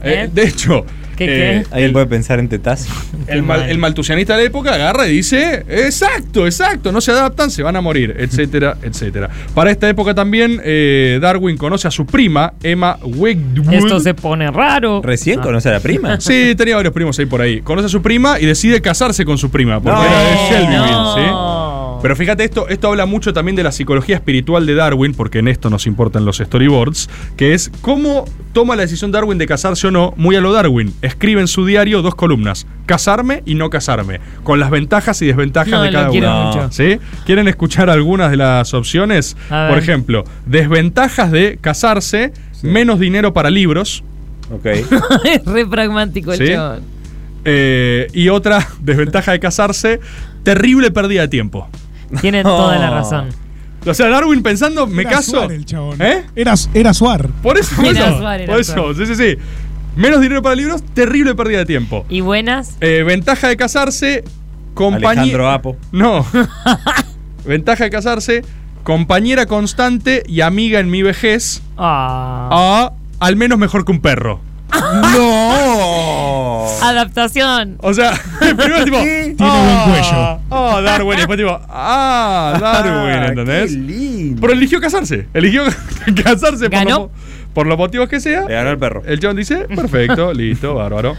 B: Eh,
F: ¿Eh?
B: de hecho,
F: ¿Qué,
B: eh,
G: ¿Alguien puede pensar
B: <laughs>
G: en tetas?
B: el, mal- el maltusianista de la época agarra y dice: Exacto, exacto, no se adaptan, se van a morir, etcétera, <laughs> etcétera. Para esta época también, eh, Darwin conoce a su prima, Emma Wedgwood.
F: Esto se pone raro.
G: ¿Recién conoce a la prima?
B: Ah. Sí, tenía varios primos ahí por ahí. Conoce a su prima y decide casarse con su prima, porque
G: No.
B: era de Shelbyville, ¿sí?
F: no.
B: Pero fíjate, esto, esto habla mucho también de la psicología espiritual de Darwin, porque en esto nos importan los storyboards, que es cómo toma la decisión Darwin de casarse o no, muy a lo Darwin. Escribe en su diario dos columnas, casarme y no casarme, con las ventajas y desventajas
F: No,
B: de
F: lo
B: cada
F: quiero
B: una.
F: mucho. <laughs>
B: ¿Sí? ¿Quieren escuchar algunas de las opciones?
F: A ver.
B: Por ejemplo, desventajas de casarse, menos dinero para libros,
G: Ok.
F: es re pragmático el
B: Sí.
F: chabón.
B: eh, y otra <laughs> desventaja de casarse, terrible pérdida de tiempo. <laughs>
F: Tiene toda la razón.
B: O sea, Darwin pensando, me
D: Era
B: caso.
D: Suar el chabón.
B: ¿Eh?
D: Era, era Suar.
B: Por eso, por
F: Era
B: eso.
F: Suárez, era
B: por eso, sí, sí, sí. Menos dinero para libros, terrible pérdida de tiempo.
F: ¿Y buenas?
B: Eh, ventaja de casarse,
G: Alejandro
B: compañera.
G: Apo.
B: No. <laughs> ventaja de casarse, compañera constante y amiga en mi vejez.
F: Ah.
B: A al menos mejor que un perro.
G: ¡No!
B: ¡Oh!
F: Adaptación.
B: O sea, <laughs>
D: <laughs>
B: primero tipo. Tiene
D: buen cuello".
B: Oh, Darwin. Y después tipo. Ah,
D: <laughs>
B: Darwin, ¿entendés?
G: Qué lindo.
B: Pero eligió casarse. Eligió <laughs> casarse por,
F: ¿Ganó?
B: los, mo- por los motivos que sea.
G: Le ganó el perro.
B: El John
F: <laughs>
B: dice: perfecto, listo, bárbaro.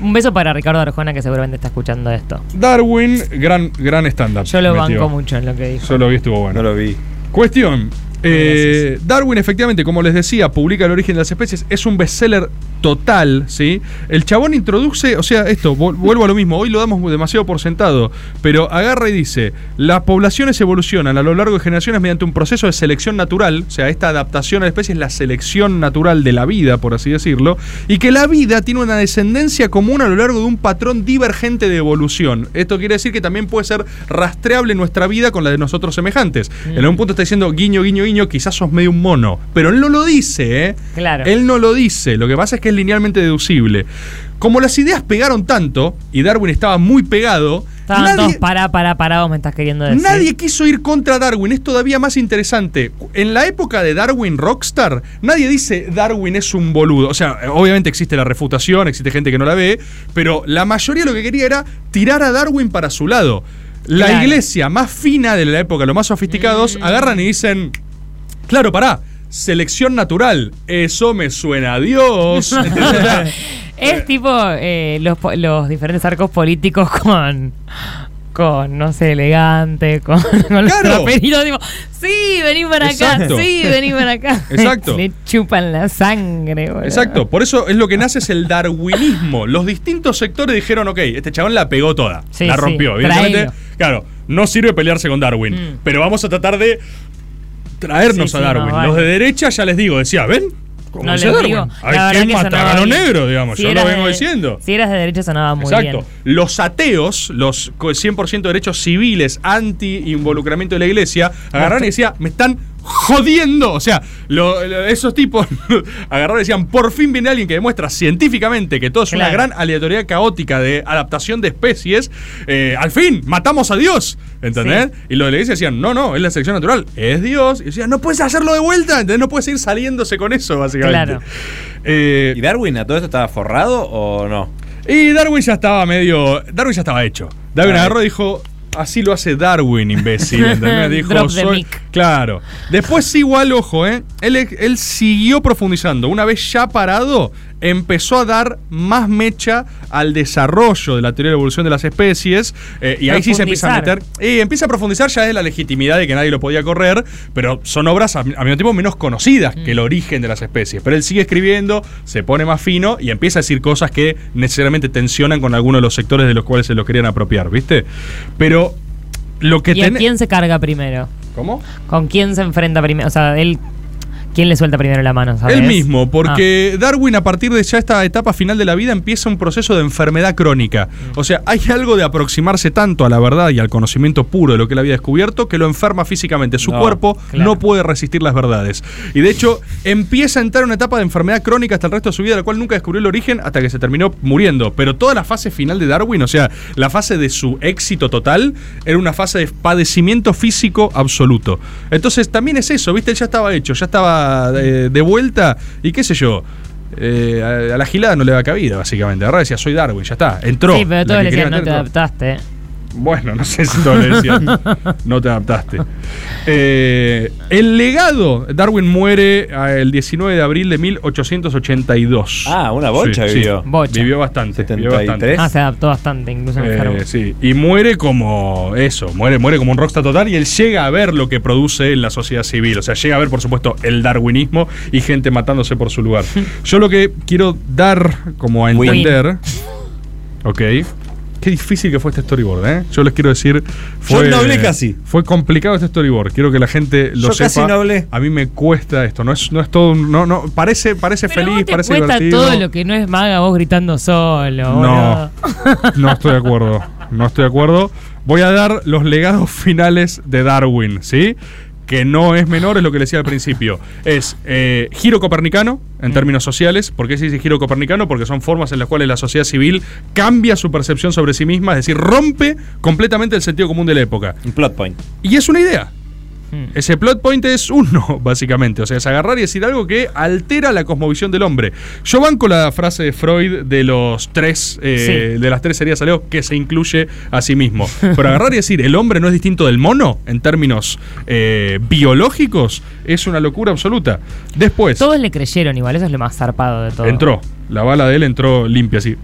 F: Un beso para Ricardo Arjona que seguramente está escuchando esto.
B: Darwin, gran, gran stand-up.
F: Yo lo
B: metió.
F: banco mucho en lo que dijo.
B: Yo lo vi, estuvo bueno.
G: No lo vi.
B: Cuestión. eh, Darwin, efectivamente, como les decía, publica El origen de las especies. Es un bestseller total, ¿sí? El chabón introduce, o sea, esto, vol- vuelvo a lo mismo, hoy lo damos demasiado por sentado, pero agarra y dice, las poblaciones evolucionan a lo largo de generaciones mediante un proceso de selección natural, o sea, esta adaptación a la especie es la selección natural de la vida, por así decirlo, y que la vida tiene una descendencia común a lo largo de un patrón divergente de evolución. Esto quiere decir que también puede ser rastreable nuestra vida con la de nosotros semejantes.
F: Mm.
B: En algún punto está diciendo guiño, guiño, guiño, quizás sos medio un mono. Pero él no lo dice, ¿eh?
F: Claro.
B: Él no lo dice. Lo que pasa es que es linealmente deducible. Como las ideas pegaron tanto y Darwin estaba muy pegado,
F: Estaban todos
B: nadie,
F: para, para, parados, me estás queriendo decir.
B: nadie quiso ir contra Darwin. Es todavía más interesante. En la época de Darwin Rockstar, nadie dice Darwin es un boludo. O sea, obviamente existe la refutación, existe gente que no la ve, pero la mayoría lo que quería era tirar a Darwin para su lado. La
F: Claro. Mm.
B: iglesia más fina de la época, los más sofisticados, agarran y dicen, claro, pará. Selección natural, eso me suena a
F: <laughs>
B: Dios. <laughs> ¿entendés? O sea,
F: Es tipo eh, los, po- los diferentes arcos políticos <laughs> con. Con, no sé, elegante, <laughs> con, con los
B: Claro.
F: traperitos, tipo, sí, vení para
B: Exacto.
F: acá, sí, vení para acá.
B: <laughs> Exacto.
F: Le chupan la sangre, boludo.
B: Exacto, por eso es lo que nace es el darwinismo. Los distintos sectores dijeron, ok, este chabón la pegó toda,
F: Sí,
B: la
F: sí,
B: rompió. Evidentemente,
F: traelo.
B: claro, no sirve pelearse con Darwin,
F: Mm.
B: pero vamos a tratar de traernos
F: Sí,
B: a
F: sí,
B: Darwin.
F: más vale.
B: Los de derecha ya les digo, decía, ven, como
F: No
B: dice
F: les
B: Darwin,
F: digo. la
B: hay
F: verdad
B: que
F: que
B: matar
F: sonaba
B: a lo
F: bien.
B: negro, digamos,
F: Si
B: yo lo
F: eras
B: vengo
F: de-
B: diciendo.
F: Si eras de derecha sonaba muy
B: Exacto.
F: bien.
B: Los ateos, los co- 100% derechos civiles anti-involucramiento de la iglesia, agarraron y decían, me están jodiendo. O sea, lo- lo- esos tipos <laughs> agarraron y decían, por fin viene alguien que demuestra científicamente que todo es una
F: Claro.
B: gran aleatoriedad caótica de adaptación de especies. Eh, al fin, matamos a Dios. ¿Entendés? Y los de la iglesia decían, no, no, es la selección natural, es Dios. Y decían, no puedes hacerlo de vuelta, ¿entendés? No puedes ir saliéndose con eso, básicamente.
F: Claro.
B: Eh,
G: ¿Y Darwin a todo esto estaba forrado o no?
B: Y Darwin ya estaba medio. Darwin ya estaba hecho. Darwin agarró y dijo. Así lo hace Darwin, imbécil.
F: <laughs>
B: ¿entendés? Dijo,
F: Drop the
B: soy-
F: mic.
B: Claro. Después igual, ojo, ¿eh? Él, él siguió profundizando. Una vez ya parado, empezó a dar más mecha al desarrollo de la teoría de la evolución de las especies. eh, y ahí sí se empieza a meter.
F: Profundizar.
B: Y empieza a profundizar ya es la legitimidad de que nadie lo podía correr, pero son obras a, a mi tiempo menos conocidas que
F: Mm.
B: el origen de las especies. Pero él sigue escribiendo, se pone más fino y empieza a decir cosas que necesariamente tensionan con algunos de los sectores de los cuales se los querían apropiar, ¿viste? Pero lo que
F: ¿Y a
B: ten-
F: quién se carga primero?
B: ¿Cómo?
F: ¿Con quién se enfrenta primero? O sea, él. ¿Quién le suelta primero la mano? ¿sabes?
B: Él mismo, porque Darwin a partir de ya esta etapa final de la vida empieza un proceso de enfermedad crónica. O sea, hay algo de aproximarse tanto a la verdad y al conocimiento puro de lo que él había descubierto que lo enferma físicamente. Su
C: No,
B: cuerpo
F: claro.
B: no puede resistir las verdades. Y de hecho, empieza a entrar en una etapa de enfermedad crónica hasta el resto de su vida, de la cual nunca descubrió el origen hasta que se terminó muriendo. Pero toda la fase final de Darwin, o sea, la fase de su éxito total, era una fase de padecimiento físico absoluto. Entonces, también es eso, ¿viste? Él ya estaba hecho, ya estaba eh, de vuelta y qué sé yo. eh, a, a la gilada no le da cabida, básicamente. Ahora decía, soy Darwin, ya está. Entró.
F: Ah, Sí, pero
B: La
F: todos
B: que
F: le
B: quería
F: decían, no
B: meter,
F: te
B: entró".
F: adaptaste.
B: Bueno, no sé si todo lo decían. No te adaptaste. Eh, el legado. Darwin muere eh, el 19 de abril de 1882.
G: Ah, una bocha vivió.
F: Bocha.
B: Vivió bastante. vivió bastante.
G: 73.
F: Ah, se adaptó bastante, incluso
B: Eh,
F: enfermo.
B: sí, y muere como eso, muere, muere como un rockstar total y él llega a ver lo que produce en la sociedad civil, o sea, llega a ver por supuesto el darwinismo y gente matándose por su
F: <laughs>
B: lugar. Yo lo que quiero dar como a
G: Win.
B: entender, ok, qué difícil que fue este storyboard, ¿eh? Yo les quiero decir, fue,
G: no hablé casi.
B: fue complicado este storyboard, quiero que la gente lo
G: Yo
B: sepa.
G: casi no hablé.
B: A mí me cuesta esto, no es, no es todo, un- no, no, parece, parece
F: Pero
B: feliz,
F: vos te
B: parece
F: cuesta
B: divertido.
F: todo lo que no es maga vos gritando solo.
B: No, <laughs>
F: boludo.
B: no estoy de acuerdo. No estoy de acuerdo. Voy a dar los legados finales de Darwin, ¿sí? Que no es menor, es lo que le decía al principio. Es eh, giro copernicano en términos sociales. ¿Por qué se dice giro copernicano? Porque son formas en las cuales la sociedad civil cambia su percepción sobre sí misma, es decir, rompe completamente el sentido común de la época.
G: Un plot point.
B: Y es una idea.
F: Mm.
B: Ese plot point es uno, <laughs> básicamente. O sea, es agarrar y decir algo que altera la cosmovisión del hombre. Yo banco la frase de Freud de los tres, eh, de las tres heridas salió que se incluye a sí mismo. Pero agarrar y decir el hombre no es distinto del mono en términos eh, biológicos es una locura absoluta. Después
F: Todos le creyeron igual, eso es lo más zarpado de todo.
B: entró, la bala de él entró limpia así.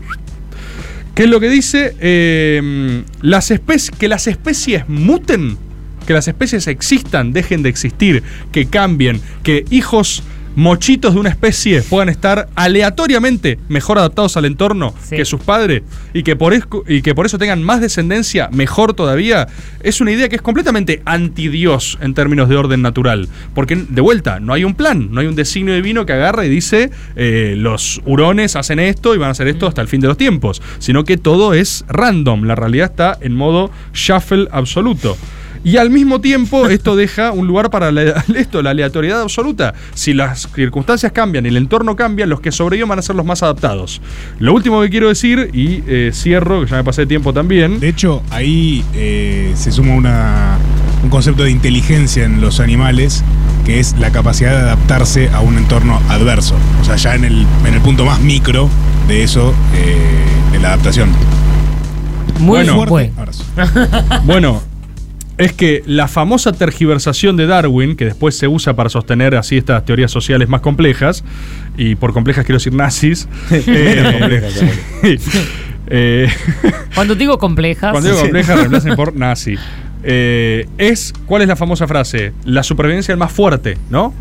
B: ¿Qué es lo que dice? Eh, las espe- que las especies muten, que las especies existan, dejen de existir, que cambien, que hijos mochitos de una especie puedan estar aleatoriamente mejor adaptados al entorno
F: Sí.
B: que sus padres y que, por esco- y que por eso tengan más descendencia mejor todavía, es una idea que es completamente anti-Dios en términos de orden natural. Porque, de vuelta, no hay un plan, no hay un designio divino que agarre y dice eh, los hurones hacen esto y van a hacer esto hasta el fin de los tiempos, sino que todo es random, la realidad está en modo shuffle absoluto. Y al mismo tiempo, esto deja un lugar para la, <laughs> esto, la aleatoriedad absoluta. Si las circunstancias cambian y el entorno cambia, los que sobreviven van a ser los más adaptados. Lo último que quiero decir, y eh, cierro, que ya me pasé de tiempo también.
D: De hecho, ahí eh, se suma una, un concepto de inteligencia en los animales, que es la capacidad de adaptarse a un entorno adverso. O sea, ya en el, en el punto más micro de eso, eh, de la adaptación.
F: Muy
B: Bueno.
F: fuerte.
D: Fuerte abrazo.
B: Bueno, es que la famosa tergiversación de Darwin, que después se usa para sostener así estas teorías sociales más complejas, y por complejas quiero decir nazis. eh,
G: complejas, claro.
B: <laughs> sí, eh,
F: Cuando digo complejas,
B: Cuando digo
F: <laughs>
B: compleja, reemplacen por nazi. Eh, es, ¿cuál es la famosa frase? La supervivencia del más fuerte, ¿no?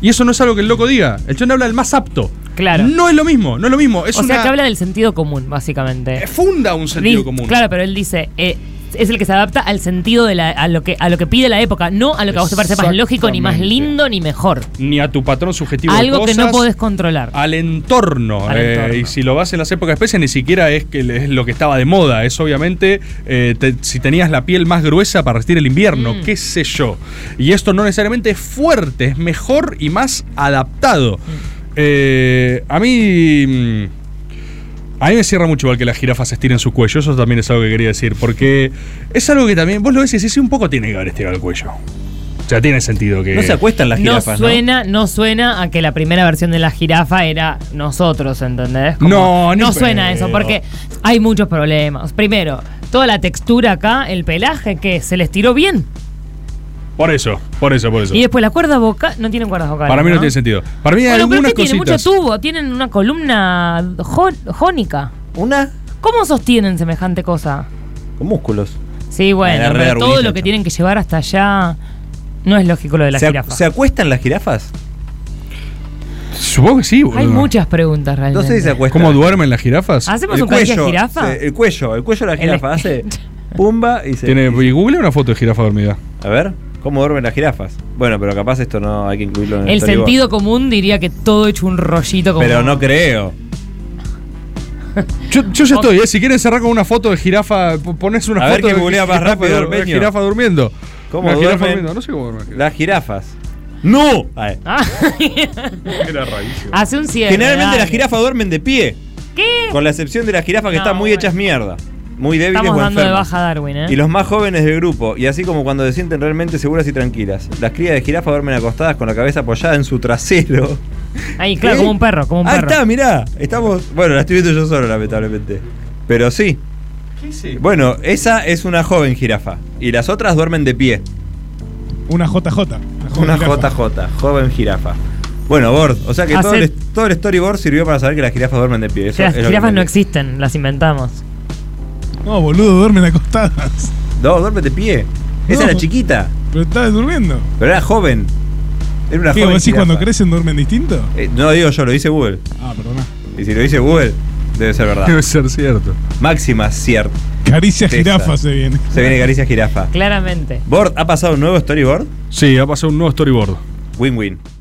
B: Y eso no es algo que el loco diga. El chon habla del más apto.
F: Claro.
B: No es lo mismo, no es lo mismo. Es
F: o sea
B: una-
F: que habla del sentido común, básicamente.
B: eh, Funda un sentido
F: Di-
B: común.
F: Claro, pero él dice, eh, es el que se adapta al sentido de la, a lo que a lo que pide la época, no a lo que a vos te parece más lógico, ni más
B: Exactamente.
F: lindo, ni mejor.
B: Ni a tu patrón subjetivo. de
F: Algo que no
B: cosas,
F: podés controlar.
B: Al entorno.
F: Al
B: eh,
F: entorno.
B: y si lo vas en las épocas especias, ni siquiera es, que, es lo que estaba de moda. Es obviamente eh, te- si tenías la piel más gruesa para resistir el invierno, qué sé yo. Y esto no necesariamente es fuerte, es mejor y más adaptado. Eh, a mí. mm, a mí me cierra mucho igual que las jirafas estiren su cuello. Eso también es algo que quería decir. Porque es algo que también. Vos lo ves y decís, sí, un poco tiene que haber estirado el cuello. O sea, tiene sentido que.
G: No se acuestan las
F: No
G: jirafas, ¿no?
F: suena, ¿no? suena a que la primera versión de la jirafa era nosotros, ¿entendés?
B: No, ni
F: no suena a
B: pedo.
F: eso, porque hay muchos problemas. Primero, toda la textura acá, el pelaje, que se les tiró bien.
B: Por eso, por eso, por eso.
F: Y después la cuerda vocal, no tienen cuerdas vocales.
B: Para mí no tiene sentido. Para mí hay
F: Bueno, pero
B: algunas
F: ¿qué tienen? Mucho
B: cositas.
F: tubo, tienen una columna jo- jónica.
G: Una
F: ¿Cómo sostienen semejante cosa?
G: con músculos.
F: Sí, bueno,
G: Era re
F: pero todo
G: arguista,
F: lo que
G: chamo.
F: tienen que llevar hasta allá no es lógico lo de la
G: ¿Se, ac-
F: jirafa.
G: ¿Se acuestan las jirafas?
B: Supongo que sí, boludo.
F: Hay muchas preguntas realmente.
G: No sé si se acuestan.
B: ¿Cómo duermen las jirafas?
F: ¿Hacemos un cuello de jirafa?
G: se- el cuello, el cuello de la
F: El- <laughs>
G: jirafa hace pumba y se.
B: Tiene, y Google una foto de jirafa dormida.
G: A ver, ¿cómo duermen las jirafas? Bueno, pero capaz esto no hay que incluirlo en el
F: El
G: storyboard.
F: sentido común diría que todo hecho un rollito como... <laughs>
G: Pero no creo.
B: Yo, yo ya estoy, eh. Si quieren cerrar con una foto de jirafa, p- pones una
G: A ver
B: foto
G: quién
B: de
G: googlea más
B: jirafa,
G: rápido,
B: de- de
G: Ormeño.
B: jirafa durmiendo.
G: ¿Cómo
B: Una jirafa
G: duermen?
B: durmiendo. No sé cómo duermen.
G: Las jirafas.
B: ¡No!
G: Ay.
F: Ah,
B: Era rarísimo.
F: Hace un cierre.
G: Generalmente
F: dale.
G: las jirafas duermen de pie.
F: ¿Qué?
G: Con la excepción de las jirafas que
F: No,
G: están muy
F: bueno.
G: hechas mierda. Muy débiles
F: Estamos
G: o
F: dando de
G: enfermas.
F: baja a Darwin, ¿eh?
G: Y los más jóvenes del grupo, y así como cuando se sienten realmente seguras y tranquilas. Las crías de jirafa duermen acostadas con la cabeza apoyada en su trasero.
F: Ahí, claro,
G: ¿Eh?
F: como un perro, como un
G: Ahí
F: perro.
G: está, mirá. Estamos. Bueno, la estoy viendo yo solo, lamentablemente. Pero sí. Bueno, esa es una joven jirafa. Y las otras duermen de pie.
D: Una JJ.
G: Una
D: jirafa.
G: JJ, joven jirafa. Bueno, Bord, o sea que todo
F: Hace-
G: el, todo el storyboard sirvió para saber que las jirafas duermen de
F: O
G: pie. Eso
F: sea,
G: es lo
F: las
G: que
F: jirafas no
G: entendí.
F: existen, las inventamos.
D: No, boludo, duermen acostadas.
G: No, duermen de pie. Esa
D: No.
G: era chiquita,
D: Pero estás durmiendo.
G: pero era joven. Era una
D: ¿Qué,
G: joven.
D: vos decís
G: jirafa.
D: cuando crecen duermen distinto?
G: Eh, no digo yo, lo dice Google.
D: Ah, perdona.
G: Y si lo dice Google, debe ser
D: <laughs>
G: verdad.
B: Debe ser cierto.
G: Máxima cierta.
D: Caricia
G: Tesa.
D: jirafa se viene.
G: Se viene Caricia Jirafa.
F: Claramente.
G: Bord, ¿ha pasado un nuevo storyboard?
B: Sí, ha pasado un nuevo storyboard.
G: Win-win.